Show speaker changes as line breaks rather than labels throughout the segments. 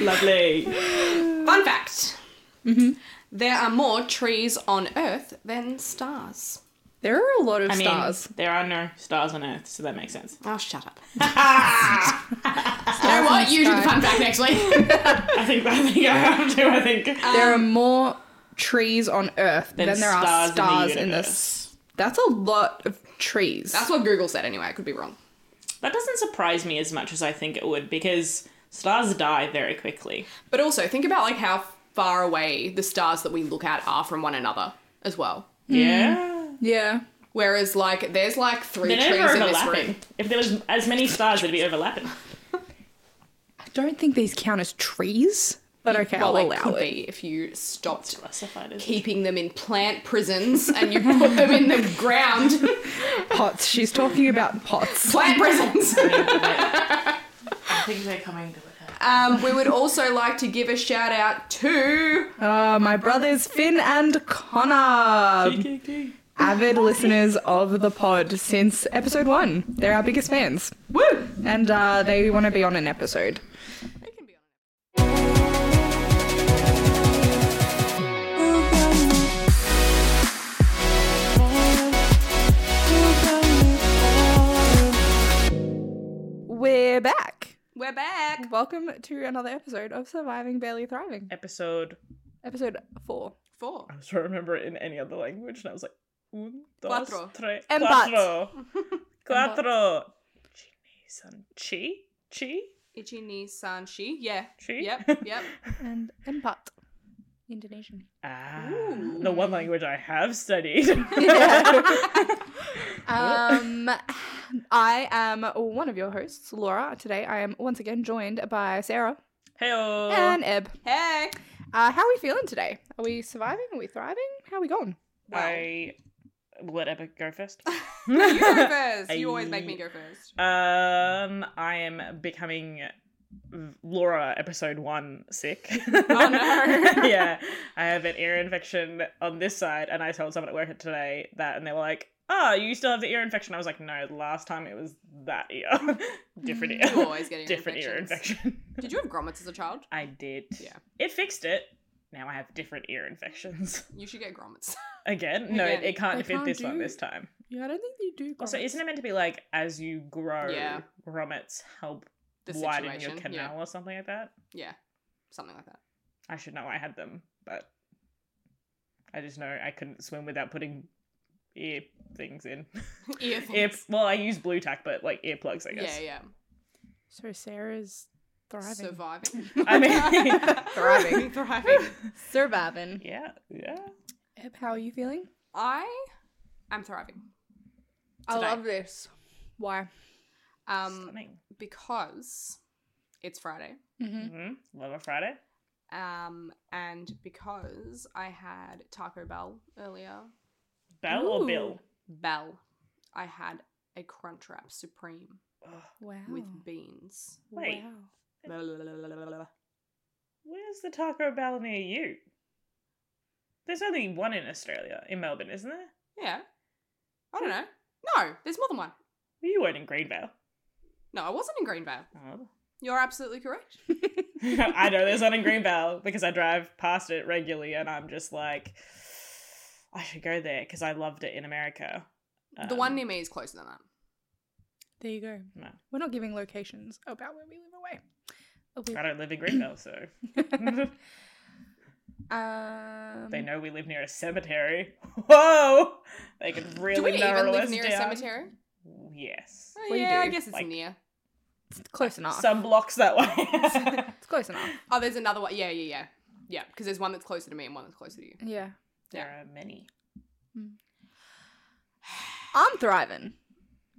Lovely.
Fun fact Mm-hmm. there are more trees on Earth than stars.
There are a lot of
I mean,
stars.
there are no stars on Earth, so that makes sense.
Oh, shut up. you know what? You do the fun fact next week.
I think I think I have to. I think
there are more trees on Earth than,
Then
there are
stars in the
stars in, this. That's a lot of trees.
That's what Google said anyway. I could be wrong.
that doesn't surprise me as much as I think it would because stars die very quickly.
But also, think about like how far away the stars that we look at are from one another as well.
Hmm.
Yeah,
yeah.
Whereas, like, there's like 3
they're
trees
never
in this room.
overlapping. If there was as many stars, they'd be overlapping.
I don't think these count as trees, but okay,
Well,
I'll
it
allow
could
it.
be if you stopped
Classified as
keeping them in plant prisons and you put them in the ground.
Pots. She's talking about pots.
plant prisons.
I think they're coming to it.
Um, we would also like to give a shout out to
Uh, my brothers Finn and Connor, avid listeners of the pod since episode one. They're our biggest fans. Woo! And uh, they want to be on an episode. We're back.
We're back.
Welcome to another episode of Surviving Barely Thriving,
Episode.
episode four.
Four.
I was trying to remember it in any other language, and I was like, un, dos,
Cuatro.
tres,
Empat.
cuatro, cuatro. San chi, chi,
Ichi ni san shi. Yeah.
chi.
Yep. Yep.
And Empat, Indonesian.
Ah,
Ooh.
the one language I have studied.
Um, I am one of your hosts, Laura. Today I am once again joined by Sarah
Heyo.
and Eb.
hey.
Uh, how are we feeling today? Are we surviving? Are we thriving? How are we going?
I let Epic go first.
You go first. You always make
I-
me go first.
Um, I am becoming Laura episode one sick.
Oh, no.
yeah, I have an ear infection on this side, and I told someone at work today that, and they were like, "Oh, you still have the ear infection?" I was like, "No, last time it was that ear, different ear,
Mm, You always get ear
different ear
infections.
infection."
Did you have grommets as a child?
I did.
Yeah.
it fixed it. Now I have different ear infections
You should get grommets.
again. No,
Again.
it, it can't
They
fit
can't
this one
do-
this time.
Yeah, I don't think you do.
Also, isn't it meant to be like as you grow,
Yeah.
grommets help
The
widen your
situation.
canal or something like that?
Yeah. yeah. Something like that.
I should know I had them, but I just know I couldn't swim without putting ear things in.
Ear
ear,
things.
well, I use blue tack, but like earplugs, I
Yeah.
guess.
Yeah.
So Sarah's
Surviving.
I mean,
Thriving.
Thriving.
surviving.
yeah, yeah.
Eb, how are you feeling?
I am thriving. Today.
this. Why?
Um,
Stunning.
because it's Friday.
Mm-hmm.
hmm Love a Friday.
Um, and because I had Taco Bell earlier,
Bell or Bill?
Bell, I had a Crunchwrap Supreme
Ugh,
Wow.
Oh.
with beans.
Wait.
Wow.
Blah, blah, blah, blah, blah, blah, blah.
Where's the Taco Bell near you? There's only one in Australia, in Melbourne, isn't there?
Yeah, I don't know. No, there's more than one.
You weren't in Greenvale.
No, I wasn't in Greenvale.
Oh.
You're absolutely correct.
I know there's one in Greenvale because I drive past it regularly, and I'm just like, I should go there because I loved it in America. Um,
the one near me is closer than that.
There you go.
No.
We're not giving locations about where we live away. Oh, we-
I don't live in Greenvale, so
um,
they know we live near a cemetery. Whoa, they could really
Do we
narrow
even live
us
near
down.
a cemetery?
Yes,
Oh,
Well, you
yeah, I
do,
guess it's
like-
near.
It's close enough.
some blocks that way.
it's close enough.
Oh, there's another one. Yeah, yeah, yeah, yeah. Because there's one that's closer to me and one that's closer to you.
Yeah.
there are many.
I'm thriving.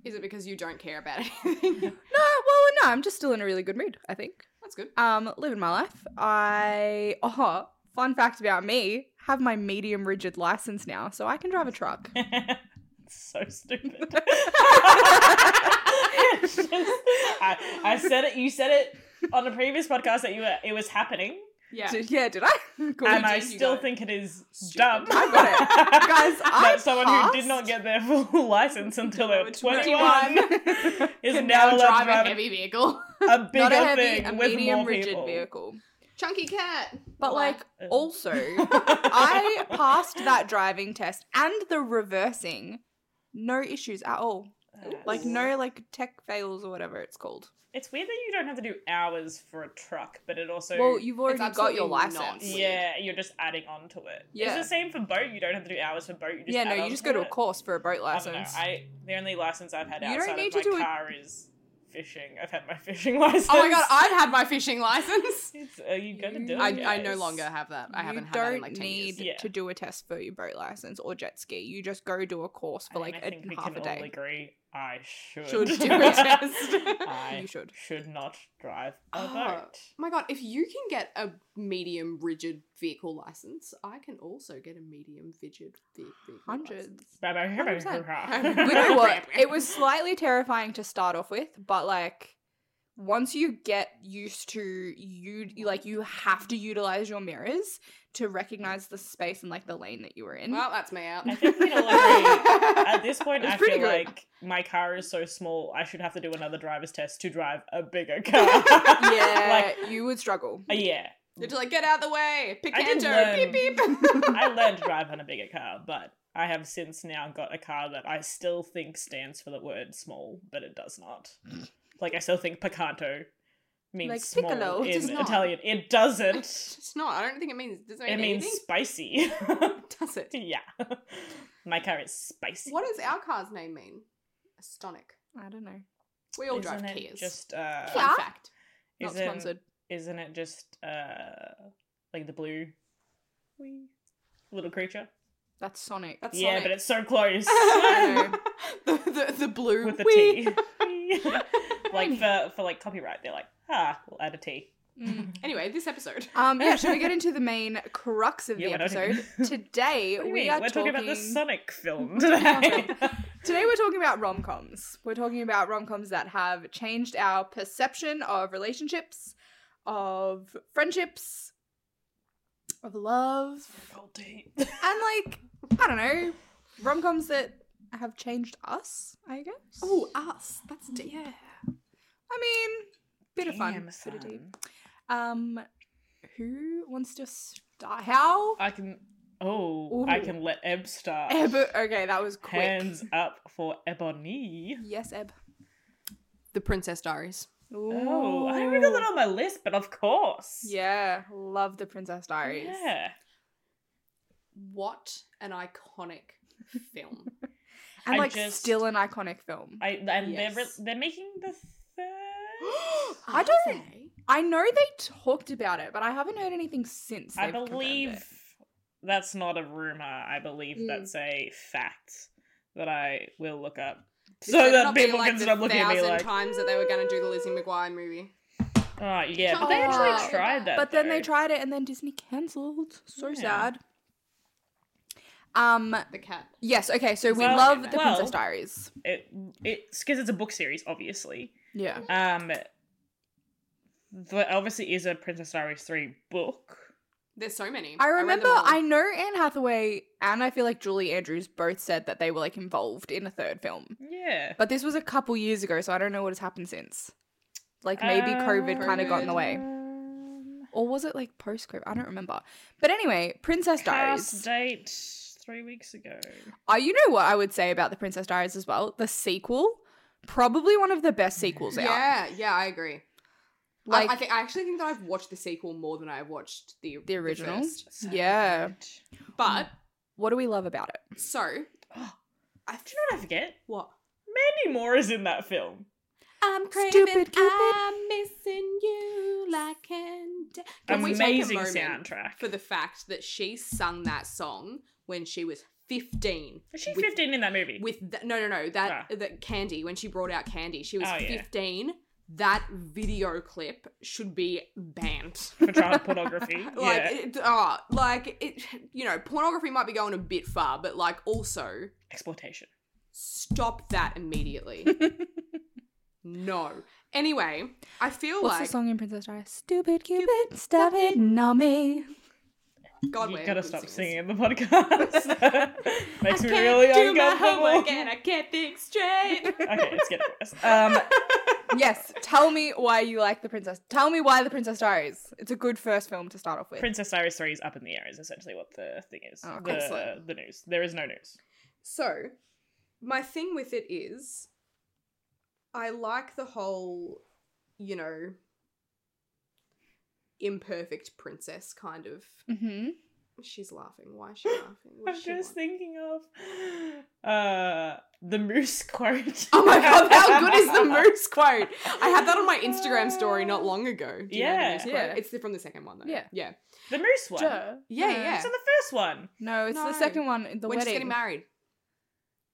Is it because you don't care about anything?
No, well, no, I'm just still in a really good mood, I think.
that's good.
Um, living my life. I, oh, fun fact about me, have my medium rigid license now, so I can drive a truck.
so stupid. It's just- I, I said it. You said it on the previous podcast that you were. It was happening,
Yeah.
Did, yeah, did I? Cool.
and
you
I
did, you
still
got it.
think it is
Stupid.
dumb.
I got it. Guys, I
that someone who did
passed.
not get their full license until they were twenty-one
21.
is
can
now
now drive
allowed to
a
drive
heavy vehicle.
a bigger
not a heavy,
thing
a
with
medium
more
rigid
people. Uh.
vehicle.
Chunky cat.
But
Why?
like also, I passed that driving test and the reversing, no issues at all. Like no like tech fails or whatever it's called.
It's weird that you don't have to do hours for a truck, but it also
Well, you've already got
absolutely
your
not.
license.
Yeah.
yeah, you're just adding on to it.
Yeah.
It's the same for boat. You don't have to do hours for boat. You just
yeah,
add
no, you
on
just go to a
it.
course for a boat
I don't know.
license.
I the only license I've had
You don't
outside
need to
of
do
my
it-
car is fishing. I've had my fishing license.
Oh my god, I'd had my fishing license.
It's, are you gonna do it?
I, I no
Yes.
longer have that. I haven't
you
had that
don't
in like 10
need
years.
Yeah.
to do a test for your boat license or jet ski. You just go do a course for
I mean,
like
I think we
a, half
can
a
all
day.
agree. I should
Should do a test.
I
You should.
should not drive a
Oh.
boat.
My god, if you can get a medium rigid vehicle license, I can also get a medium rigid ve- vehicle
Hundreds.
license.
you know what? It was slightly terrifying to start off with, but like once you get used to you you- like you have to utilize your mirrors to recognize the space and like the lane that you were in.
Well, that's me out.
I think we all agree. At this point,
It's
I
pretty
feel
good.
like my car is so small. I should have to do another driver's test to drive a bigger car.
yeah, you would struggle.
like yeah.
They're just like, get out of the way,
I did
picanto, beep beep.
I learned to drive on a bigger car, but I have since now got a car that I still think stands for the word small, but it does not. Like I still think Picanto means
Like
small
piccolo. It
in
does not.
Italian. It doesn't.
it's not. I don't think it means. Does it mean
It means
anything?
spicy.
Does it?
yeah. My car is spicy.
What does our car's name mean? Astonic.
I don't know.
We all
Isn't
drive
it
Kias.
Just uh
Fun
Yeah.
fact.
Not
isn't-
sponsored.
isn't it just uh like the blue wee little creature?
That's Sonic.
That's
yeah,
Sonic.
but it's so close
the, the the blue
with the
Whee!
T. like for for like copyright, they're like, ah, we'll add a T.
Mm.
Anyway, this episode.
Um yeah, should we get into the main crux of
Yeah,
the
we're not
episode?
even-
Today
What do you
we
mean?
are
We're talking about the Sonic film today.
Okay. Today we're talking about rom coms. We're talking about rom coms that have changed our perception of relationships, of friendships, of love,
Cold tea.
and like, I don't know, rom coms that have changed us, I guess.
Oh, us. That's deep. Yeah.
I mean, bit of fun.
Damn,
Bit of deep.
son.
Um, who wants to start? How?
I can. Oh, I
Ooh.
can let Eb start.
Eb. Okay, that was quick.
Hands up for Ebony.
Yes, Eb.
The Princess Diaries.
Oh, I haven't got that on my list, but of course.
Yeah, love the Princess Diaries.
Yeah.
What an iconic film.
And
I
like,
just-
still an iconic film.
I and they're re-
Yes.
they're making the third.
I don't. I know they talked about it, but I haven't heard anything since.
I
they've confirmed
believe
it.
that's not a rumor. I believe
Hmm.
that's a fact that I will look up. So
Instead of
that
not being
people
like
can
the
stop looking at me
thousand
like,
times that they were going to do the Lizzie McGuire movie.
oh yeah, but they
Oh,
actually
wow.
tried that.
But then they
though.
tried it, and then Disney cancelled. So
Yeah.
sad. Um.
The cat.
Yes. Okay. So we
Well-
love the
well-
Princess Diaries.
it. It's because it's a book series, obviously.
Yeah.
Um, there obviously is a Princess Diaries three book.
There's so many.
I
read them
remember.
all.
I, know Anne Hathaway and I feel like Julie Andrews both said that they were like involved in a third film,
Yeah.
but this was a couple years ago, so I don't know what has happened since. Like maybe COVID kind of got in the way,
Um,
or was it like post COVID? I don't remember. But anyway, Princess Diaries.
Cast date three weeks ago.
Uh, you know what I would say about The Princess Diaries as well? The sequel, probably one of the best sequels out.
Yeah, yeah, I agree.
Like,
I, I think I actually think that I've watched the sequel more than I've watched the
The original?
first.
Yeah.
Do
But
what do we love about it?
so
you know what I forget?
what?
Mandy Moore is in that film.
I'm
craving- Stupid Cupid.
I'm missing you like candy. Can we take a
Amazing
moment
soundtrack.
for the fact that she sung that song when she was 15?
Is she
with,
15 in that movie?
With th- no, no, no. That that Candy when she brought out Candy, she was
Oh, yeah.
15. That video clip should be banned.
for child pornography.
Like,
yeah.
it, oh, like it, you know, pornography might be going a bit far, but like also
Exploitation.
stop that immediately. no. Anyway, I feel
What's
like
the song in Princess Diaries? Stupid Cupid, stop hitting on me.
God,
you
we're
gotta
good
stop
singers.
singing in the podcast.
I
Makes me
can't
really
do my
uncomfortable.
homework and I can't think straight.
okay, let's get it worse. Um,
yes, tell me why you like the princess. Tell me why the Princess Diaries. It's a good first film to start off with.
Princess Diaries 3 is up in the air, is essentially what the thing is.
Oh,
the,
excellent.
the news. There is no news.
So, my thing with it is, I like the whole, you know, imperfect princess kind of.
mm-hmm.
She's laughing. Why is she laughing? What
I'm
does she want?
just thinking of uh, the moose quote.
Oh my god, how good is the moose quote? I had that on my Instagram story not long ago. Do you know the
Yeah.
moose quote?
Yeah.
It's from the second one though.
Yeah.
Yeah.
The moose one.
Yeah,
No.
yeah.
It's in the first one.
No, it's
No.
the second one. The
when she's
wedding.
getting married.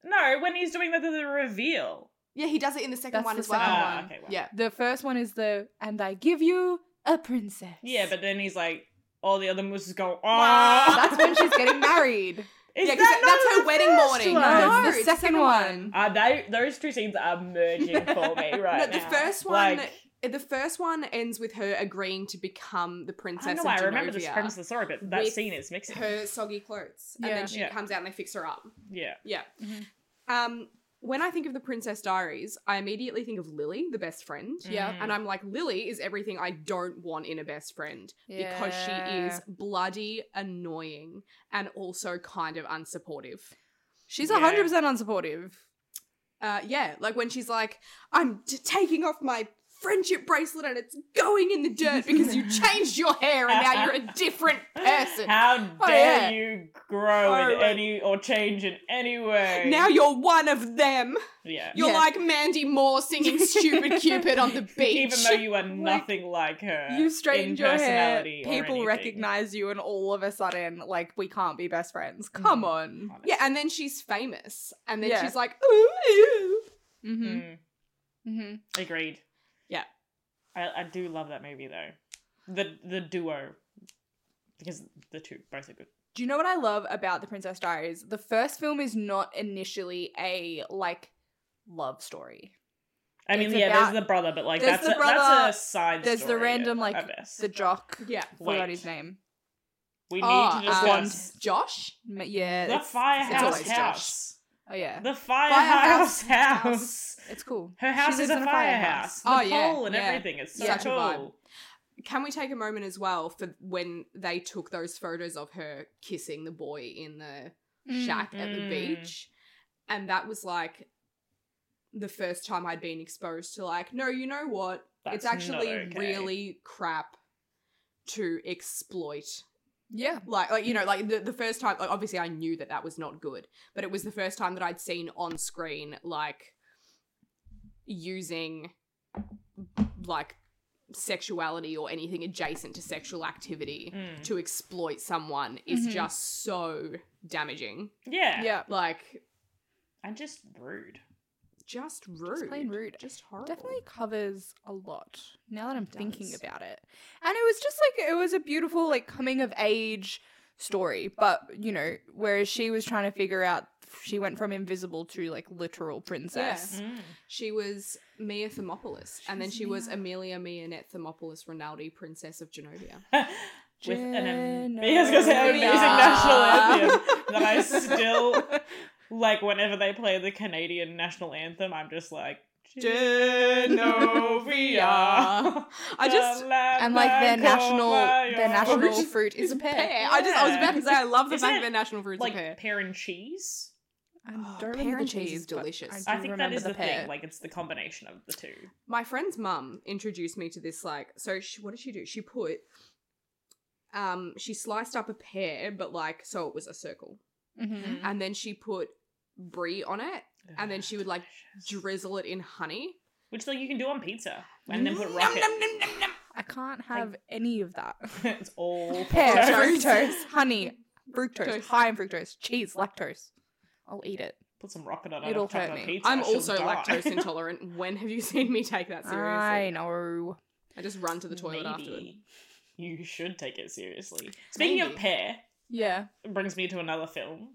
No, when he's doing the, the, the reveal.
Yeah, he does it in the second
That's
one
the
as well.
second
Ah,
one.
okay, well.
Yeah.
the first one is the and I give you a princess.
Yeah, but then he's like, all the other mooses go,
Wow.
ah.
that's when she's getting married.
Is
Yeah, 'cause
that
that- that's
not
her
the
wedding
first
morning.
one?
No,
No, it's
it's
the
the
second,
second
one.
Uh, they, those two scenes are merging for me right
No, the
now.
first one-
Like,
The first one ends with her agreeing to become the
I
princess
don't know
of
why I remember this
Genovia.
premise of the story, but that
with
scene is mixing.
her soggy clothes and
Yeah.
then she
Yeah.
comes out and they fix her up
Yeah.
yeah
Mhm.
um when i think of the princess diaries i immediately think of lily the best friend
Yeah.
Mm.
and i'm like lily is everything i don't want in a best friend because she
Yeah.
is bloody annoying and also kind of unsupportive
She's
Yeah.
hundred percent unsupportive.
uh yeah like when she's like i'm t- taking off my friendship bracelet and it's going in the dirt because you changed your hair and now you're a different person
How dare
Oh, yeah.
you grow
Oh,
in
right.
any or change in any way?
now you're one of them
yeah.
You're
Yeah.
like Mandy Moore singing Stupid Cupid on the beach.
Even though you are
Like,
nothing like, her,
You straightened
Uh, in
your hair.
personality or
People
anything.
recognize you, and all of a sudden, like we can't be best friends.
Mm-hmm.
Come on.
Honest.
yeah, and then she's famous. And then
Yeah.
she's like, ooh, ooh.
Mm-hmm.
Mm,
Mm-hmm.
agreed.
Yeah.
I, I do love that movie though. The the duo, because the two both are good.
Do you know what I love about The Princess Diaries? The first film is not initially a like love story.
I mean,
It's
yeah,
about-
there's the brother, but like
There's
that's
the
a,
brother,
that's a side.
there's the
story
random,
at-
like,
at best.
The jock.
Yeah.
Forgot
Wait.
his name.
we need
Oh,
to
um,
discuss
Josh?
M- Yeah.
the
Ah, it's-
firehouse
always Josh.
house.
Oh yeah.
The firehouse house.
Firehouse
It's cool.
Her house
She
is
lives
a
in a
firehouse.
firehouse.
The
Oh, yeah,
pole and
yeah.
everything. It's so
Such a vibe.
cool.
Can we take a moment as well for when they took those photos of her kissing the boy in the shack at the
Mm.
beach? And that was like the first time I'd been exposed to, like, no, you know what?
That's
it's actually
not okay.
really crap to exploit
Yeah.
like like you know like the, the first time like obviously i knew that that was not good but it was the first time that i'd seen on screen like using like sexuality or anything adjacent to sexual activity
Mm-hmm.
Mm.
to exploit someone is
Mhm.
just so damaging
Yeah.
Yeah.
like
And just rude.
just rude
Just plain rude.
just horrible
Definitely covers a lot now that I'm thinking
Does.
about it. And it was just like it was a beautiful like coming of age story, but you know, whereas she was trying to figure out she went from invisible to like literal princess.
Mm.
she was mia thermopolis and then
She's
she was
Mia.
amelia Mianette thermopolis rinaldi princess of genovia
Mm. With an am- I was gonna say an amazing
Genovia.
national anthem that I still like. Whenever they play the Canadian national anthem, I'm just like Genovia.
i just
and like their national their national fruit is a pear.
pear. I just I was about to say I love the
Isn't
fact
it,
that national fruit's
like
a pear.
pear and cheese.
I
Oh,
don't
pear
remember the
and cheese
cheese,
is
but
delicious.
I,
I
do
think that
remember
is the,
the, pear.
thing. Like it's the combination of the two.
My friend's mum introduced me to this like so she, what did she do? She put um she sliced up a pear but like so it was a circle.
mm-hmm. Mm.
Mhm.
And then she put brie on it, And then she would, like,
Delicious.
drizzle it in honey.
which like you can do on pizza, and then put
Mm-hmm.
Nom,
rocket.
nom, nom, nom, nom.
I can't have any of that.
it's all
Pear,
Fructose.
fructose, honey, fructose,
Fructose.
high in fructose, cheese, lactose. I'll eat it.
Put some rocket on
It'll
it.
hurt me.
Pizza,
I'm
she'll
also
die.
lactose intolerant. When have you seen me take that seriously?
I
I,
know.
just run to the toilet afterward.
Maybe You should take it seriously. Speaking of
Maybe.
pear,
Yeah.
it brings me to another film.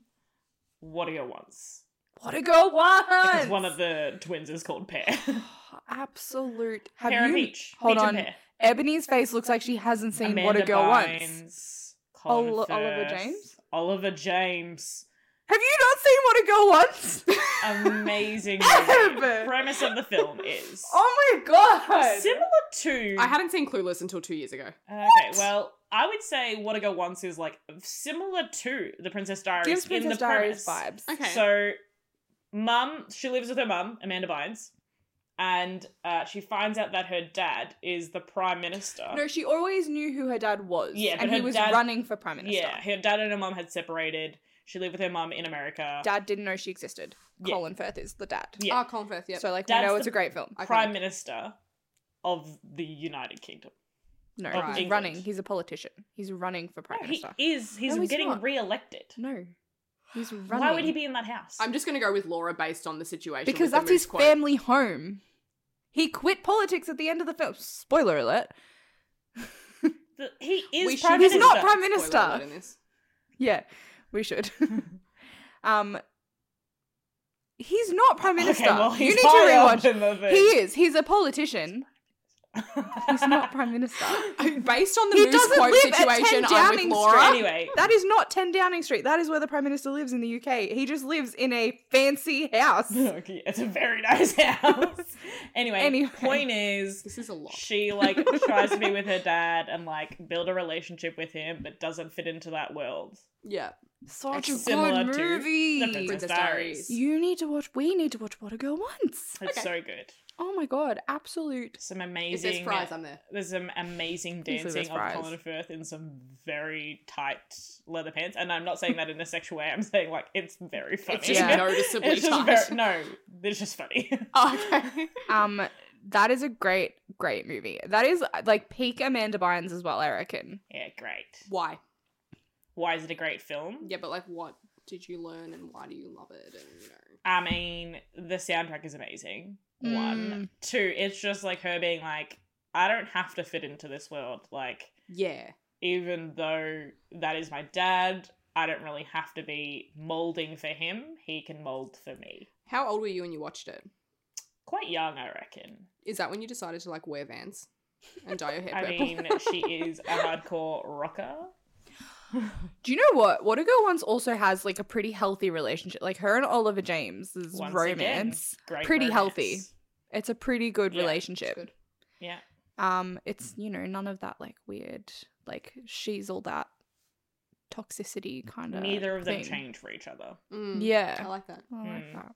What are your wants?
What a girl wants!
Because one of the twins is called Pear.
Absolute. Have
pear and
you?
Peach.
hold
Peach
on.
And pear.
Ebony's face looks like she hasn't seen What a Girl Wants.
Bynes, Colin
Ol- Oliver
Firth,
James?
Oliver James.
Have you not seen What a Girl Wants?
Amazing. movie.
Ever.
Premise of the film is
oh my god!
similar to.
I hadn't seen Clueless until two years ago.
okay, well, I would say What a Girl Wants is like similar to The Princess Diaries
Gives
in
Princess
the
Diaries
premise.
vibes.
Okay.
So, mum, she lives with her mum, Amanda Bynes, and uh, she finds out that her dad is the prime minister.
No, she always knew who her dad was.
Yeah, but
and he
her
was
dad-
running for prime minister.
yeah, her dad and her mum had separated. She lived with her mum in America.
Dad didn't know she existed.
Yeah.
Colin Firth is the dad.
Yeah.
Ah, Colin Firth, yep.
So like,
Dad's
we know it's
the-
a great film.
I-
prime
iconic.
minister of the United Kingdom.
No,
Of
he's
England.
running. He's a politician. He's running for prime
No, he
minister.
is. He's
No, he's
getting
not.
re-elected.
No, he's running.
Why would he be in that house?
I'm just going to go with Laura based on the situation. with
Because
the
that's his
moose quote.
family home. He quit politics at the end of the film. Spoiler alert.
The- he
We
is
should-
prime
He's
minister.
not prime
Spoiler alert
minister.
in this.
Yeah, we should. um, he's not prime minister.
Okay, well, he's
you need to
high up
rewatch.
in the thing.
He is. He's a politician. He's not prime minister.
Based on the
He
moose
doesn't
quote
live at 10
situation, I'm with
Downing
Laura.
Street.
anyway,
That is not 10 Downing Street. That is where the prime minister lives in the UK. He just lives in a fancy house.
okay, it's a very nice house. anyway,
Anyway.
point is,
This is a lot.
she like tries to be with her dad and like build a relationship with him, but doesn't fit into that world.
Yeah.
Such a
Similar
good
to The The
movie.
Princess
Princess
Diaries.
Diaries.
You need to watch. We need to watch What a Girl Wants.
It's
Okay.
so good.
Oh my god! Absolute.
Some
If
amazing.
there's fries, I'm there.
there's some amazing
Usually there's
dancing of
fries.
Colin Firth in some very tight leather pants, and I'm not saying that in a sexual way. I'm saying like it's very funny.
It's just
Yeah.
noticeably
It's just
tight.
very, no, it's just funny.
Oh, okay.
Um, that is a great, great movie. That is like peak Amanda Bynes as well. I reckon.
yeah, great.
Why?
Why is it a great film?
Yeah, but like, what did you learn and why do you love it? And you know,
I mean, the soundtrack is amazing.
Hmm.
One, two. It's just like her being like, I don't have to fit into this world. Like,
yeah,
even though that is my dad, I don't really have to be molding for him. He can mold for me.
how old were you when you watched it?
Quite young, I reckon.
Is that when you decided to like wear Vans and dye your hair
I
purple?
mean, she is a hardcore rocker.
Do you know what? What a Girl Wants also has like a pretty healthy relationship. Like her and Oliver James is
Once
romance.
again, great
Pretty
romance.
healthy. It's a pretty good
Yeah, it's
relationship.
good.
Yeah.
Um, it's you know none of that like weird like she's all that toxicity kind of.
Neither of them
uh, thing.
change for each other.
Mm, I
Yeah,
like that.
I like
Mm.
that.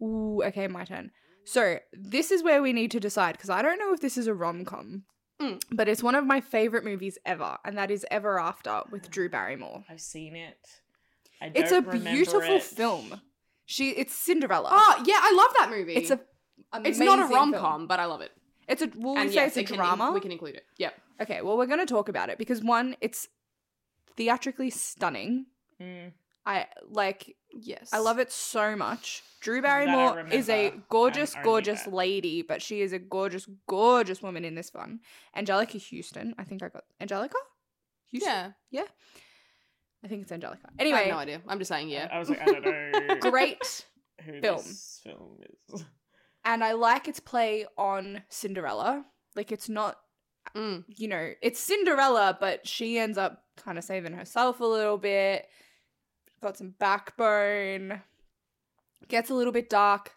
Oh Ooh, okay, my turn. So this is where we need to decide because I don't know if this is a rom com,
Mm.
but it's one of my favorite movies ever, and that is Ever After with Drew Barrymore.
I've seen it. I don't
It's a
remember
beautiful
it.
film. She it's Cinderella.
Oh yeah, I love that movie.
It's a
it's not a
amazing
rom
film.
com, but I love it.
it's a well we
and
say
yes,
it's a
it can-
drama.
we can include it. Yep.
Okay, well we're gonna talk about it because one, it's theatrically stunning.
Mm,
I like
Yes.
I love it so much. Drew
That I
Barrymore is a
remember,
gorgeous,
um, only
gorgeous
that.
lady, but she is a gorgeous, gorgeous woman in this one. Angelica Houston, I think I got Angelica. Houston?
Yeah.
I think it's Angelica.
I
Anyway,
have no idea. I'm just saying. Yeah.
I was like, I don't know
great,
who
film.
this film is.
and I like its play on Cinderella. Like it's not
Mm.
you know, it's Cinderella, but she ends up kind of saving herself a little bit, got some backbone, gets a little bit dark.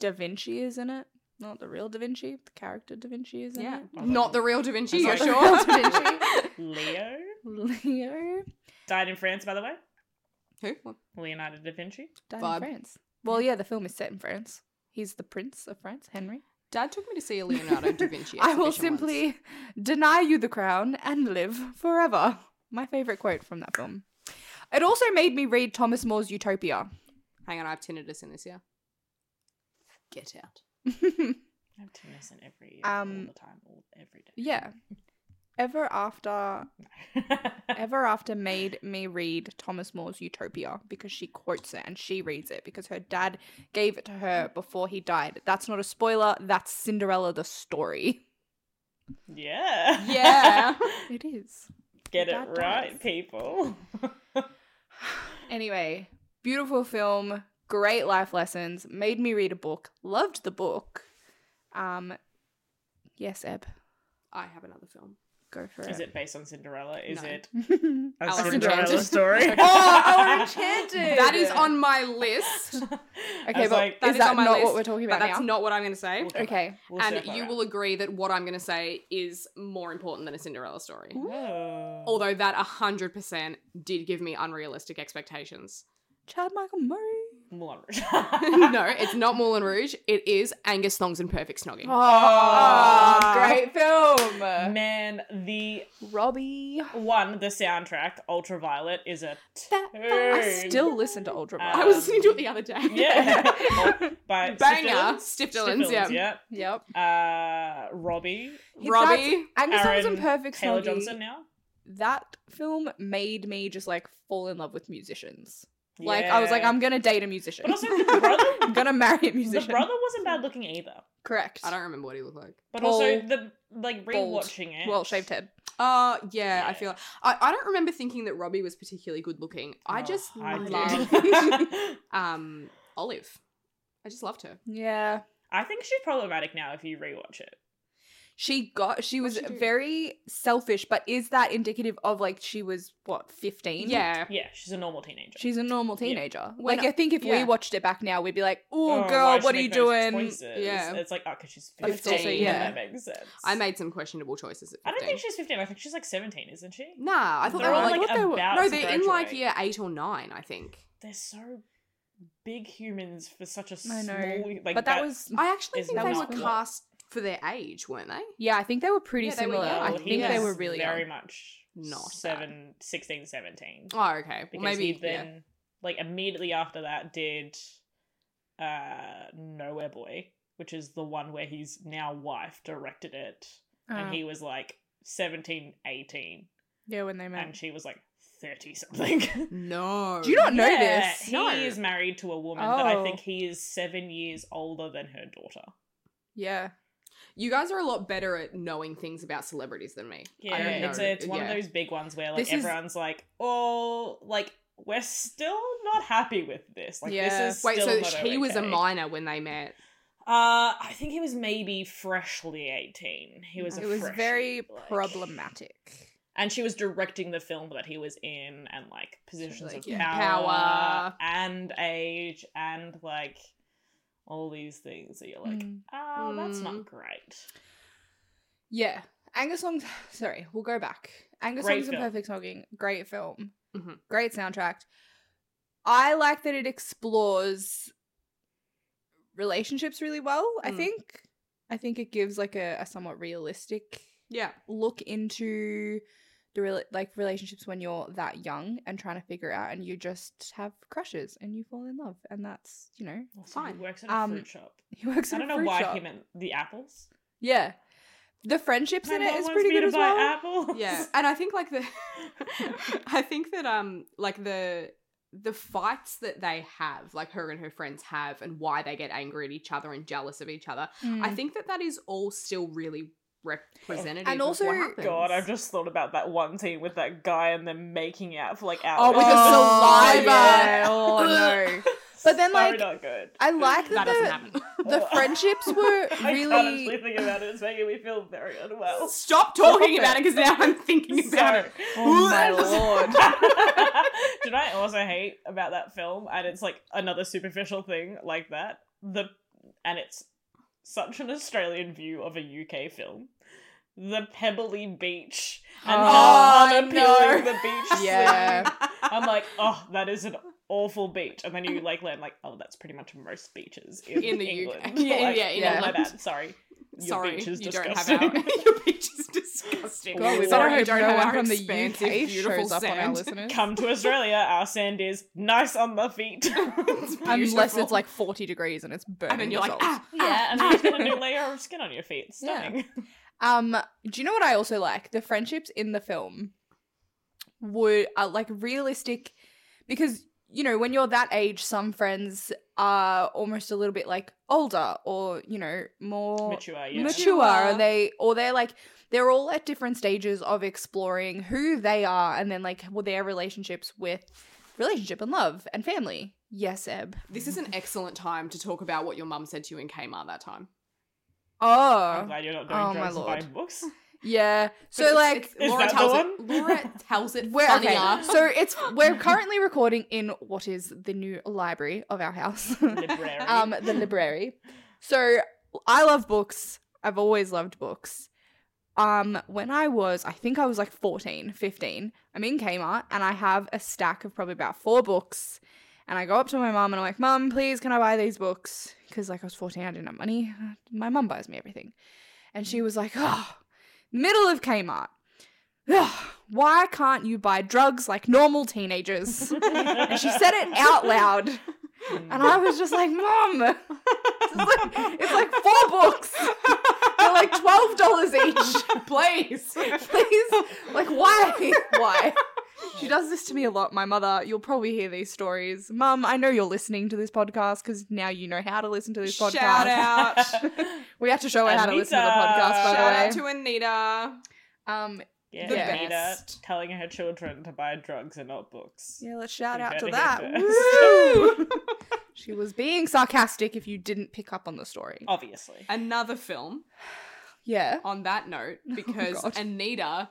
Da Vinci is in it. Not the real Da Vinci, the character Da Vinci is in
Yeah.
it.
Not the real Da Vinci. You're
That's
sure?
not the real Da
Da
Leo
Leo
died in France, by the way.
Vinci. Who?
Leonardo da Vinci.
died
Vibe.
in France. Well, yeah, the film is set in France. He's the Prince of France, Henry.
Dad took me to see a Leonardo da Vinci.
I
exhibition
will
once.
simply deny you the crown and live forever. My favorite quote from that film. It also made me read Thomas More's Utopia.
Hang on, I have tinnitus in this year. Get out.
I have to miss it every year,
Um,
all the time, all, every day.
Yeah. Ever After Ever After made me read Thomas More's Utopia because she quotes it and she reads it because her dad gave it to her before he died. That's not a spoiler, that's Cinderella the story.
yeah.
Yeah.
It is.
Get it
That
right,
does.
people.
Anyway, beautiful film, great life lessons, made me read a book, loved the book. Um yes, Eb.
I have another film. Go for
Is it based on Cinderella? Is
No.
it
That
a
Alice in
Cinderella
Chains.
story?
Oh, oh, Enchanted!
That is on my list,
I
Okay,
was
but
like,
that
is
is
that
on my
not
list,
what we're talking
but
about
that's
now?
not what I'm going to say.
We'll come
Okay.
back. We'll
and
circle
you
around.
will agree that what I'm going to say is more important than a Cinderella story.
Oh.
Although that 100% did give me unrealistic expectations.
Chad Michael Murray.
Moulin Rouge.
no, it's not Moulin Rouge. It is Angus Thongs and Perfect Snogging.
Oh.
great film.
Man, the
Robbie.
one, the soundtrack, Ultraviolet, is a
That-
I
turd.
still listen to Ultraviolet.
I was listening to it the other day.
Um, yeah. By Stiff
Banger.
Villains?
Stiff
Stiff
Dylan's, yeah.
Villains, yeah.
Yep.
Uh, Robbie,
Robbie.
Angus Aaron,
Aaron
and Perfect
Taylor
Snoggy.
Johnson now.
That film made me just like fall in love with musicians. Like I was like, I'm gonna date a musician.
But also the brother,
I'm gonna marry a
the
musician.
brother wasn't bad looking either.
Correct.
I don't remember what he looked like.
But
Tall,
also the like
bald.
rewatching it.
Well, shaved head.
Uh, yeah,
Yeah.
I feel. I, I don't remember thinking that Robbie was particularly good looking. I
Oh,
just
I did.
loved um, Olive. I just loved her.
Yeah.
I think she's problematic now if you rewatch it.
She got. She was
she do?
very selfish, but is that indicative of like she was what 15?
Yeah.
Yeah, she's a normal teenager.
She's a normal
Yeah.
teenager.
When-
like I think if we
yeah.
watched it back now, we'd be like,
Oh,
"Oh,
why
girl,
she
what are you
make those
doing?"
choices?
Yeah.
It's like, oh, because she's
But
15.
it's also-
yeah.
yeah.
That makes sense.
I made some questionable choices at 15.
I don't think she's 15. I think she's like 17, isn't she?
Nah, I thought they
They're
were
all,
like.
like,
I thought they were-
about
no,
to
they're in like
graduate.
year eight or nine, I think.
They're so big humans for such a small.
I know.
Like,
but that, was
I actually
Mm. Is
think
that
they were
not-
cast for their age, weren't they?
yeah. I think they were pretty
Yeah, they were
similar.
young.
I
Well,
think
he
they
was
were really um,
very
young.
much
Not that.
seven, 16, 17.
Oh, okay. Well,
because
maybe.
he
yeah.
then, like, immediately after that, did uh, Nowhere Boy, which is the one where he's now wife directed it,
Uh,
Oh,
and he was like 17, 18,
yeah, when they met.
and she was like 30 something.
No.
Do you not know
Yeah,
this?
He
No.
is married to a woman, but I
Oh.
think he is seven years older than her daughter.
Yeah.
You guys are a lot better at knowing things about celebrities than me.
Yeah,
I don't know.
it's a, it's one
Yeah.
of those big ones where like
This is-
everyone's like, oh, like we're still not happy with this. Like
Yeah.
this is
Wait,
still
so
not
he was a
okay.
minor when they met.
Uh, I think he was maybe freshly eighteen. He was. A
It was
freshie,
very
like-
problematic.
And she was directing the film that he was in, and like positions
like,
of
yeah.
power,
Power.
and age, and like all these things that you're like,
Mm.
oh, that's not
Mm.
great.
Yeah. Angus Songs. Sorry, we'll go back. Angus
Great
Songs and
film.
Perfect Snogging. Great film.
Mhm.
Great soundtrack. I like that it explores relationships really well. I
Mm.
think. I think it gives like a, a somewhat realistic
Yeah.
look into the real like relationships when you're that young and trying to figure out, and you just have crushes and you fall in love, and that's you know
Also, he
Fine.
works at a
Um,
fruit shop.
he works.
I
in a
don't know
fruit
why
shop.
he meant the apples.
Yeah. The friendships in
My
it
mum
is
wants
pretty
me
good
to
as
buy
well.
Apples.
Yeah. And I think like the I think that um like the the fights that they have, like her and her friends have and why they get angry at each other and jealous of each other.
Hmm.
I think that that is all still really representative
And
of
also-
what happens.
God, I've just thought about that one scene with that guy and them making out for like hours.
Oh, with the
Oh,
saliva.
yeah.
Oh no. But then,
So
like,
not good.
I like
that
that,
doesn't
the,
happen.
the friendships were
I can't honestly
really.
think about it. It's making me feel very unwell.
Stop
Stop
talking
it.
about it because now I'm thinking about it.
Oh my lord.
Did I also hate about that film? And it's like another superficial thing like that. The and it's such an Australian view of a UK film. The pebbly beach and
Oh,
how
I
unappealing
know.
the beach
Yeah.
seemed. I'm like, oh, that is an awful beach. And then you like learn like, oh, that's pretty much most beaches in,
In the
England.
UK. Yeah,
Like,
yeah, in
oh, my
England.
bad. Sorry. Your
Sorry,
beach is
you don't have
disgusting.
our your beach is disgusting.
God,
Sorry,
we better
you
hope
don't
no
have
one
our
from the
expansive,
UK
beautiful
shows up on our
sand.
listeners.
Come to Australia, our sand is nice on the feet.
It's
Unless
beautiful.
it's like 40 degrees and it's burning.
and then you're like,
results.
ah,
yeah, and then it's got a new layer of skin on your feet. It's
ah. Yeah.
Stunning.
Um, do you know what I also like? The friendships in the film were are like realistic because you know when you're that age, some friends are almost a little bit like older or you know more
Mature, yeah.
mature, or
Mature.
they or they're like they're all at different stages of exploring who they are and then like well, their relationships with relationship and love and family. Yes, Eb.
This is an excellent time to talk about what your mum said to you in Kmart that time.
I'm
Oh,
glad you're not doing
Oh, my
drugs and
lord.
buying books.
Yeah. So
It's-
like
it's-
Is
Laura
that the
tells
one?
it. Laura tells it
we're
funnier.
okay. So it's we're currently recording in what is the new library of our house.
Library.
um the library. So I love books. I've always loved books. Um when I was I think I was like 14, 15, I'm in Kmart and I have a stack of probably about 4 books and I go up to my mum and I'm like, "Mum, please can I buy these books?" Cuz like I was 14, I didn't have money. My mum buys me everything. And she was like, "Oh, middle of Kmart. Ugh, why can't you buy drugs like normal teenagers?" and she said it out loud. And I was just like, Mom, it's like, it's like four books. They're like $12 each.
Please.
Please. Like, why? Why? She does this to me a lot, my mother. You'll probably hear these stories. Mum, I know you're listening to this podcast because now you know how to listen to this podcast.
Shout out.
We have to show her how to listen to
Anita.
the podcast, by
Shout out
the way.
to Anita.
um,
yeah,
the
Anita
best.
telling her children to buy drugs and not books.
yeah, let's shout
You
out to
better
that.
hear
Woo! she was being sarcastic if you didn't pick up on the story.
Oh,
Obviously.
Another film
Yeah.
on that note because
Oh, God.
Anita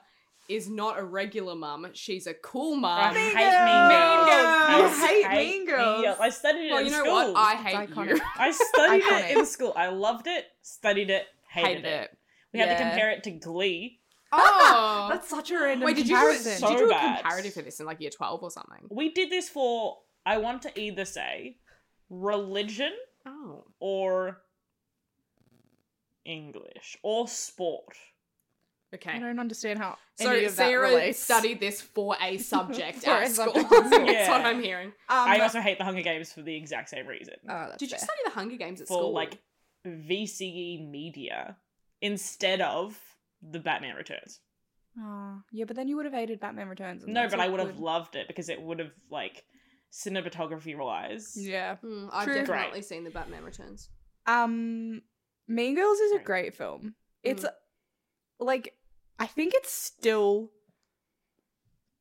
is not a regular mum. She's a cool
I
mum.
hate Mean
Mean Girls.
Girls.
Mean Girls. You
I
hate Mean Girls.
I studied it
Well,
in
you know
school.
what? I
It's
hate you.
iconic.
I studied it
Iconic.
in school. I loved it, studied it, hated,
Hated
it.
it.
We had to
Yeah.
compare it to Glee.
Oh.
That's such a random
Wait, did you,
comparison.
So
did you do a
bad.
comparative for this in like year 12 or something?
We did this for, I want to either say religion
Oh.
or English or sport.
I
Okay.
don't understand how any
So
of that
Sarah
relates.
studied this for a subject
For
at
a
school.
subject at school.
That's what
Yeah.
I'm hearing.
Um,
I also hate the Hunger Games for the exact same reason.
oh, that's
Did you
fair.
study the Hunger Games at
for
school?
like VCE media instead of the Batman Returns.
Oh, yeah, but then you would have hated Batman Returns. and
No,
that's
but
not
I would have
good.
loved it because it would have like cinematography wise.
Yeah.
Hmm, I've
True.
definitely
Great.
seen the Batman Returns.
Um, Mean Girls is a
Right.
great
Mm.
film. It's like I think it's still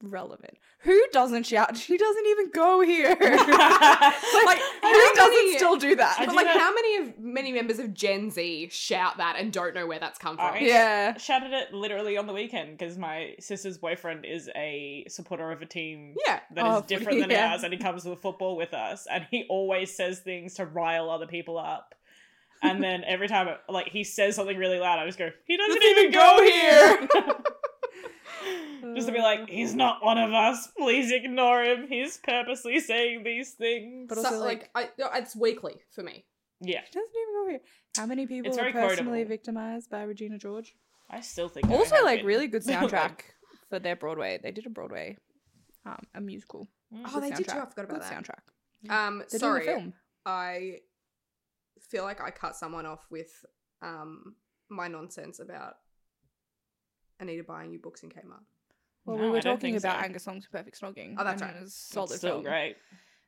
relevant. Who doesn't shout? She doesn't even go here. like who doesn't
many-
still do that?
I
But
do
like,
know-
how many of many members of Gen Z shout that and don't know where that's come from?
I-
yeah.
Shouted it literally on the weekend because my sister's boyfriend is a supporter of a team
yeah.
that is
Oh, footy,
different than
yeah.
ours, and he comes to the football with us, and he always says things to rile other people up. And then every time, like he says something really loud, I just go, "He doesn't even go here." just to be like, "He's not one of us. Please ignore him. He's purposely saying these things."
But
So,
also,
like, I, no, it's weekly for me.
yeah,
She doesn't even go here. How many people
It's
were
very
personally
quotable.
victimized by Regina George?
I still think. I
also
have
like
been.
really good
Like-
soundtrack for their Broadway. They did a Broadway, um, a musical.
Mm.
Oh, they did too. I
soundtrack.
forgot about
Good
that.
soundtrack.
Um,
They're
sorry,
doing a film.
I feel like I cut someone off with um my nonsense about Anita buying you books in Kmart.
Well,
No,
we
I
were
don't
talking
think so.
about Angus Song's Perfect Snogging.
Oh, that's
and
right.
it was
It's
a Solid
still
film.
great.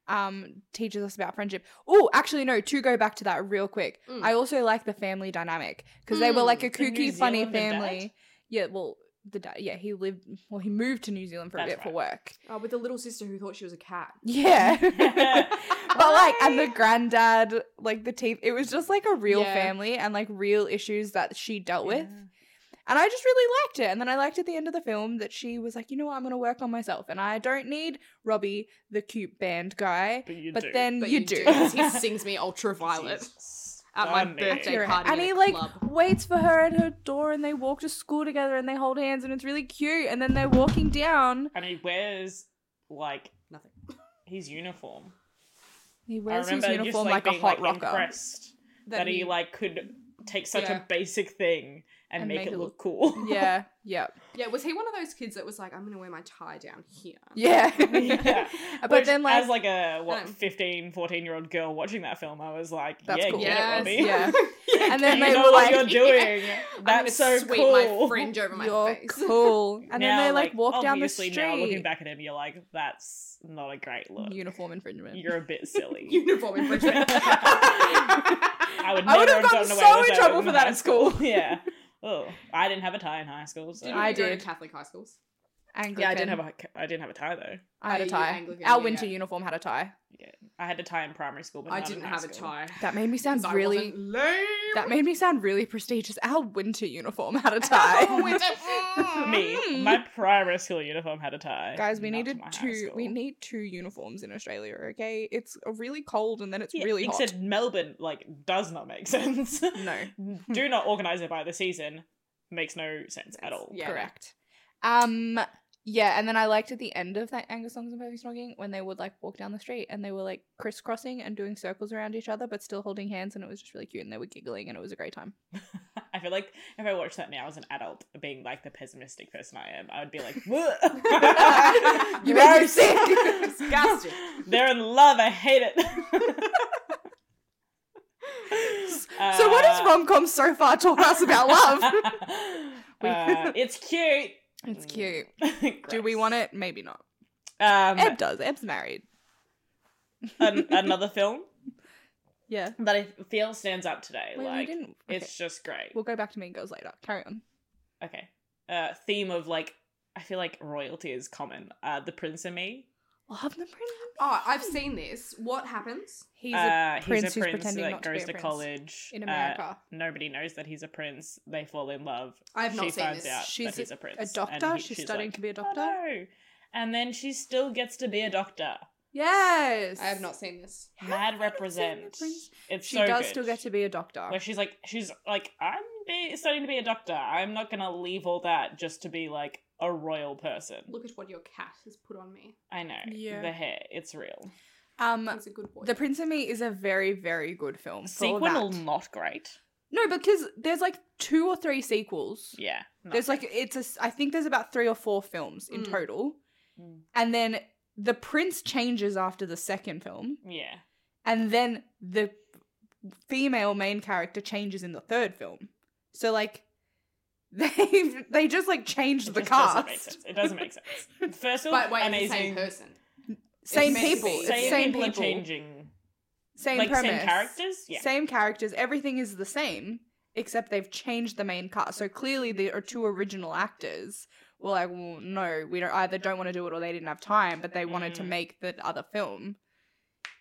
Um, teaches us about friendship. Oh, actually, no. To go back to that real quick,
Mm.
I also like the family dynamic because they were like a
Mm. In New
kooky, funny
Zealand, the dad?
family. Yeah, well, the dad. Yeah, he lived. Well, he moved to New Zealand for a
That's
bit for
right.
work.
Oh, with the little sister who thought she was a cat.
Yeah. but like and the granddad like the tape it was just like a real
Yeah.
family and like real issues that she dealt with
Yeah.
and i just really liked it and then i liked at the end of the film that she was like you know what i'm gonna work on myself and i don't need robbie the cute band guy
But you
but
do.
then
But
you, do,
'cause he sings me ultraviolet
She's
at my
stunning.
birthday
Accurate.
party.
and he
at a
like
club.
waits for her at her door and they walk to school together and they hold hands and it's really cute and then they're walking down
and he wears like
nothing.
his uniform.
he
I
wears his
remember just
uniform
like,
like,
being
a hot
like,
rocker
impressed that, he, like could take such
Yeah.
a basic thing and, make, it look, cool.
yeah yeah
Yeah, was he one of those kids that was like, I'm gonna wear my tie down here?
yeah
Yeah.
but
Which,
then like
as like a what
Um,
15 14 year old girl watching that film I was like
That's
yeah
cool.
get
Yes,
it Robbie
yeah and then
you
they
know
were
what
like
you're doing
I'm
that's so
gonna sweep
cool
my fringe over my
You're
face.
cool. And
Now,
then they like walk down the
obviously now looking
street.
back at him you're like that's not a great look
Uniform infringement.
you're a bit silly
Uniform infringement.
I would
I would
never
have gotten
gotten away
so
with
in
that
trouble for
in
that
high
at school.
yeah oh I didn't have a tie in high school so.
Did
I
I go
did.
to Catholic high schools?
Anglican.
yeah I didn't have a I didn't have a tie though
I had
Oh,
a
you
tie.
Anglican,
Our
yeah,
winter
yeah.
uniform had a tie.
I had a tie in primary school but
I
not in
didn't
high
have a
school.
tie.
That made me sound
So I
really.
wasn't lame.
That made me sound really prestigious. Our winter uniform had a tie.
Me, my primary school uniform had a tie.
Guys, we
Not
needed
my high
two. We
school.
need two uniforms in Australia. Okay, it's really cold and then it's
Yeah,
really hot.
except Melbourne, like, does not make sense.
no,
Do not organize it by the season. Makes no sense at all.
Yeah.
correct. Um, yeah, and then I liked at the end of that Anger Songs and Perfect Snogging when they would like walk down the street and they were like crisscrossing and doing circles around each other, but still holding hands, and it was just really cute, and they were giggling, and it was a great time.
I feel like if I watched that now as an adult, being like the pessimistic person I am, I would be like, "Bleh."
You made me
Gross.
sick. Disgusting.
They're in love. I hate it.
so what has rom com so far taught us about love?
uh, it's cute.
it's cute. Do
Mm, Gross.
we want it? Maybe not.
um,
Eb does. Eb's married.
an- another film
Yeah.
that I feel stands up today?
Wait, we
like
didn't. okay.
it's just great.
We'll go back to Mean Girls later. Carry on.
okay. Uh, theme of like I feel like royalty is common. Uh, the Prince and Me.
Love the prince.
Oh, I've seen this. What happens
He's
uh,
prince
he's
who's
a prince
pretending
that
not to be
goes
a
to,
prince
college
in
Uh,
America.
nobody knows that he's a prince. They fall in love.
I have
she
not seen
finds
this.
out
She's
that he's a,
a
prince. and
doctor.
he-
she's, studying
like,
to be a
"Oh,
doctor.
no." And then she still gets to be a doctor.
Yes.
I have not seen this.
Mad
the
represent.
prince?
It's
She
so
does
good.
still get to be a doctor.
Where she's like, she's like, I'm be- studying to be a doctor. I'm not gonna leave all that just to be like a royal person.
Look at what your cat has put on me.
I know.
Yeah.
The hair, it's real.
Um,
He's a good boy.
The Prince and Me is a very, very good film. for all
Sequel,
that.
not great.
No, because there's like two or three sequels.
Yeah. not
There's
great.
like it's a. s- I think there's about three or four films in
Mm.
total,
Mm.
and then the Prince changes after the second film,
yeah.
and then the female main character changes in the third film. So like, they they just like changed
It
the
just doesn't make
cast.
sense. It doesn't make sense. First of all,
but wait, it's the same
amazing.
person.
Same
It's meant to
people,
be.
it's
Same,
same
people, are
people,
changing.
same
like
premise,
same characters. Yeah.
same characters. Everything is the same except they've changed the main cast. So clearly, the or two original actors were like, well, no, we don't either don't want to do it or they didn't have time, but they wanted to
Mm.
make the other film,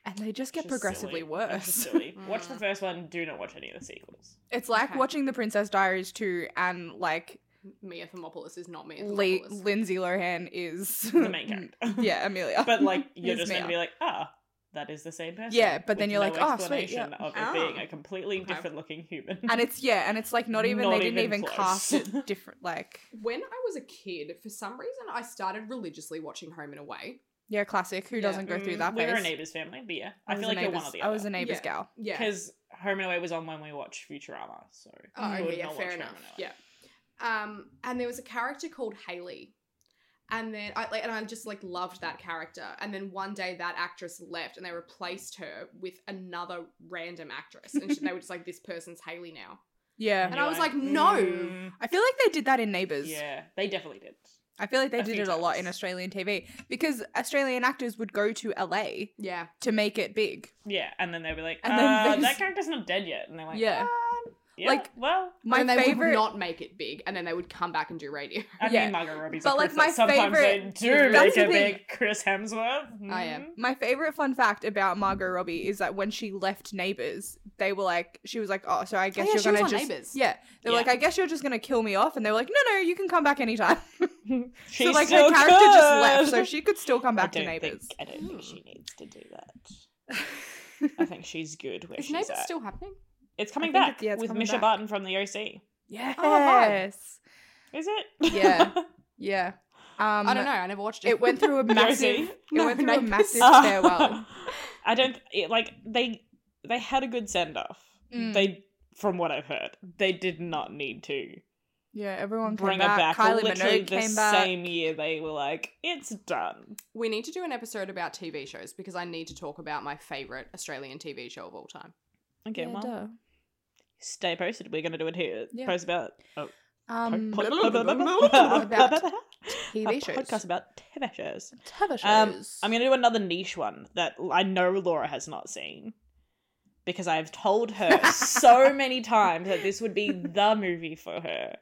and they just
It's just
get progressively
silly. It's just
worse.
silly. Watch
Mm.
the first one. Do not watch any of the sequels.
It's like
Okay.
watching The Princess Diaries 2 and like
Mia Thermopolis is not Mia
Le-
Thermopolis.
Lindsay Lohan is
The main character.
yeah, Amelia.
but like you're
Is
just going to
Mia.
be like, ah, that is the same person.
Yeah, but then
with
you're
no
like, "Oh, sweet,
explanation
yeah."
of it
Ah.
being a completely
Okay.
different looking human.
and it's yeah, and it's like not even
Not
they didn't
even
even cast
close.
it different like
when I was a kid, for some reason, I started religiously watching Home and Away.
yeah, classic. Who
Yeah.
doesn't go through that
Mm, we
phase?
were a neighbors family, but yeah, I,
was
feel
a
like you're one
neighbours-
or the
I
other.
was a neighbor's
Yeah.
gal.
Yeah.
because Home and Away was on when we watched Futurama, so
Oh,
you would
okay, yeah,
not
fair
watch
enough.
Home and Away.
Yeah. Um, and there was a character called Haley, and then I like, and I just like loved that character. And then one day that actress left, and they replaced her with another random actress, and she, they were just like, "This person's Haley now."
Yeah.
And I
you're
was like, no.
"Mm,
I feel like they did that in Neighbours.
yeah, they definitely did.
I feel like they
A
did
few
it a lot in
times.
Australian TV because Australian actors would go to LA
Yeah,
to make it big.
Yeah, and then they'd be like,
And then
uh,
they
that
just-
character's not dead yet, and they're like,
Yeah.
um, yeah,
Like,
well,
My
and they
favorite
would not make it big, and then they would come back and do radio.
I
Yeah.
mean, Margot Robbie's
But,
a
like,
princess.
my
Sometimes
favourite-
they do
That's
make
the
a
thing.
big Chris Hemsworth. Mm-hmm.
I am.
My favorite fun fact about Margot Robbie is that when she left Neighbours, they were like, she was like, oh, so I guess
yeah,
you're
she was
gonna
on
just,
Neighbours.
yeah, they're
Yeah.
like, I guess you're just gonna kill me off, and they were like, no, no, you can come back anytime.
She
so like
still
her character just left,
could.
so she could still come back
I
to
don't
Neighbours.
Think, I don't
Hmm.
think she needs to do that. I think she's good where
Is
she's
Neighbours
at.
still happening?
it's coming
I think
back
it- yeah, it's
with
coming
Misha
back.
Barton from the OC.
Oh,
Yes,
Is it?
Yeah. yeah. Um,
I don't know. I never watched it.
It went through a massive,
OC?
it went through a
Neighbours.
massive
Uh,
farewell.
I don't it, like they they had a good send off.
Mm.
They from what I've heard, they did not need to
Yeah, everyone came
bring
back.
her back.
Kylie
Literally
Minogue
the
came back.
same year they were like, it's done.
We need to do an episode about TV shows because I need to talk about my favorite Australian TV show of all time.
Okay,
Yeah,
well,
duh.
stay posted. We're gonna do it here.
Yeah.
Post about
Um,
po- po-
about
a
TV shows.
podcast about TV shows.
Tava
Um,
shows.
I'm going to do another niche one that I know Laura has not seen because I've told her so many times that this would be the movie for her.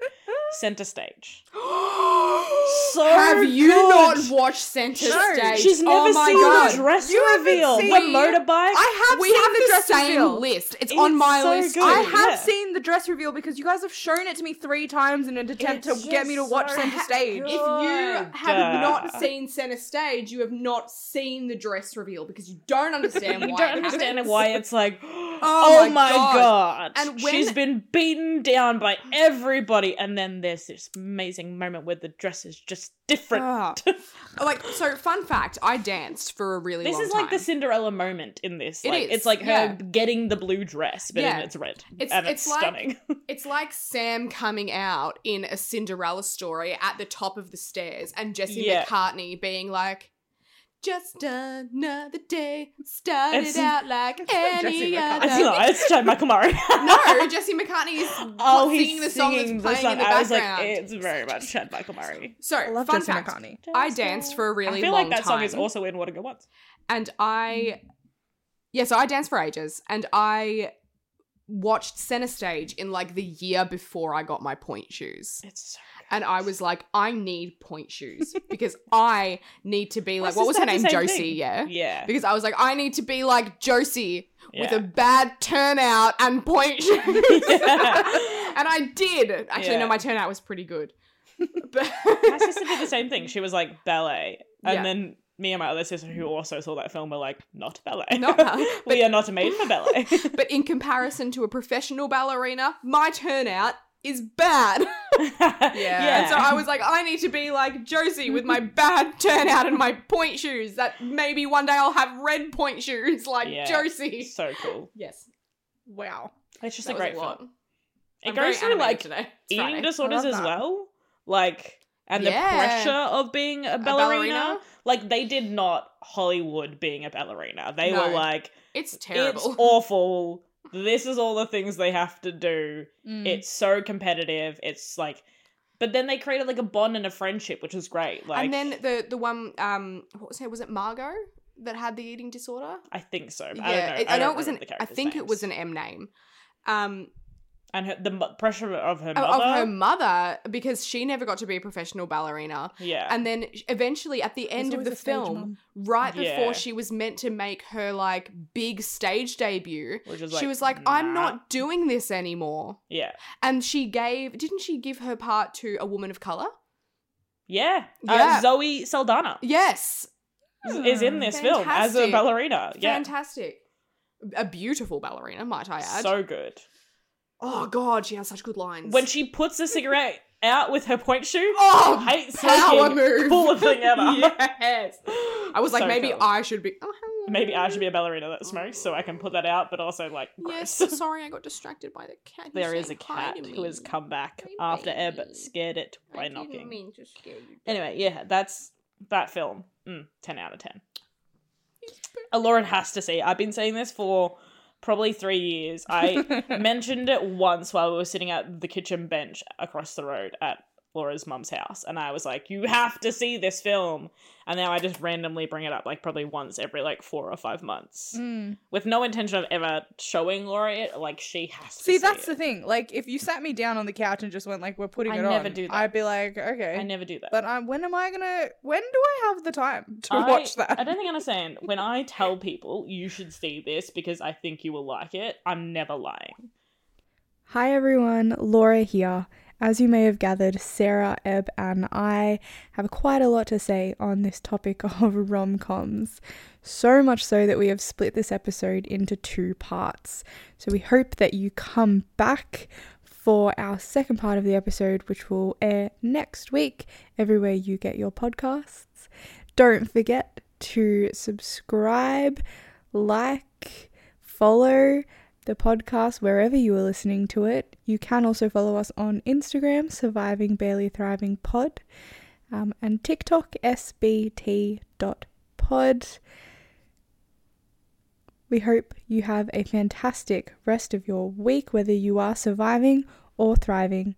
Center Stage. so
Have you
good.
not watched Center
No,
Stage?
She's never
oh my
seen
god.
the dress
You haven't
reveal.
seen-
the motorbike.
I have
we
seen
have
the
the
dress
same
reveal.
list. It's
It
on
is
my
so
list.
good.
I have
yeah.
seen the dress reveal because you guys have shown it to me three times in an attempt
It's
to get me to
just
watch
so
center stage.
good.
If you
Good.
have not seen Center Stage, you have not seen the dress reveal because you don't understand
you
why.
don't
it
understand
happens.
why it's like, oh,
Oh my
my god.
And when-
She's been beaten down by everybody, and then there's this amazing moment where the dress is just different.
Ah. like, so fun fact, I danced for a really
this
long
is like
time.
the Cinderella moment in this.
It
like,
is,
It's like her
yeah.
getting the blue dress, but then
Yeah.
it's red.
It's-
and it's,
it's like-
stunning.
It's like Sam coming out in a Cinderella story at the top of the stairs and Jesse
Yeah.
McCartney being like, just another day started
It's-
out like any
Jesse McCartney.
it's
other.
not. It's Chad Michael Murray.
No, Jesse McCartney is
Oh, he's
singing the song that's playing in the
I was like,
background.
it's very much Chad Michael Murray.
so,
I love
fun
Jesse
fact,
McCartney.
I danced for a really
I feel
long
like that
time.
song is also in What a Good Once.
and I yeah, so I danced for ages and I watched Center Stage in like the year before I got my point shoes.
It's so good.
And I was like, I need point shoes because I need to be like,
This
what
is
was her
the
name?
same
Josie,
thing.
yeah.
Yeah.
Because I was like, I need to be like Josie with
Yeah.
a bad turnout and point shoes.
Yeah.
and I did. Actually,
Yeah.
no, my turnout was pretty good. But
my sister did the same thing. She was like ballet, and
Yeah.
then me and my other sister, who also saw that film, were like, "Not ballet.
Not ballet,
we are not made for ballet."
but in comparison to a professional ballerina, my turnout is bad.
yeah.
And so I was like, I need to be like Josie with my bad turnout and my point shoes. That maybe one day I'll have red point shoes like
Yeah.
Josie.
so cool.
Yes. Wow.
It's just
That
a
was
great
lot.
film. It
I'm very
goes through
animated
like
today. It's
eating
Friday.
disorders
love
as
that.
well, like and the
Yeah.
pressure of being a ballerina.
ballerina?
Like they did not Hollywood being a ballerina. They
No.
were like,
It's
"It's
terrible.
awful. This is all the things they have to do."
Mm.
Mm.
It's so competitive. It's like, but then they created like a bond and a friendship, which is great. Like,
and then the the one um what was it? Was it Margot that had the eating disorder?
I think so.
yeah,
but I don't know.
it-
I,
I know
don't
it was an.
remember the
I think it was
characters'
an M name. Um,
names. and her, the mo- pressure of her
Oh, of-
mother.
of her mother because she never got to be a professional ballerina.
yeah,
And then sh- eventually, at the end of the film, right
Yeah.
before she was meant to make her like big stage debut,
which is
she was like, "I'm
nah.
not doing this anymore."
Yeah,
And she gave, didn't she give her part to a woman of color?
yeah. Uh,
Yeah.
Zoe Saldana
Yes,
is- is in this film as a
Fantastic.
ballerina. Yeah,
fantastic. A beautiful ballerina, might I add.
so good.
oh god, she has such good lines.
When she puts a cigarette out with her point shoe,
oh,
hates
power
smoking.
move.
Coolest thing ever.
yes. I was like,
So
maybe
cool.
I should be. Oh, hello.
Maybe I should be a ballerina that smokes, so I can put that out. But also, like,
Yes,
gross.
sorry, I got distracted by the cat. who's
there is a
saying hi
cat
to
who has
me.
come back
Hey,
after Eb
baby.
scared it
I
by
didn't
knocking.
mean to scare you.
Anyway, yeah, that's that film. Mm, 10 out of 10. Uh, Lauren has to see. it. I've been saying this for probably three years. I mentioned it once while we were sitting at the kitchen bench across the road at Laura's mum's house, and I was like, You have to see this film. And now I just randomly bring it up, like, probably once every like four or five months,
Mm.
with no intention of ever showing Laura it. Like, she has to
See,
see
that's
it.
the thing. Like, if you sat me down on the couch and just went like, "We're putting
I
it
never
on,"
do that.
I'd be like, "Okay."
I never do that.
but um, when am I gonna? When do I have the time to
I-
watch that?
I don't think I understand. When I tell people you should see this because I think you will like it, I'm never lying.
Hi everyone, Laura here. As you may have gathered, Sarah, Eb, and I have quite a lot to say on this topic of rom coms. So much so that we have split this episode into two parts. So we hope that you come back for our second part of the episode, which will air next week everywhere you get your podcasts. Don't forget to subscribe, like, follow the podcast wherever you are listening to it. You can also follow us on Instagram, Surviving Barely Thriving Pod, um, and TikTok, sbt.pod. We hope you have a fantastic rest of your week, whether you are surviving or thriving.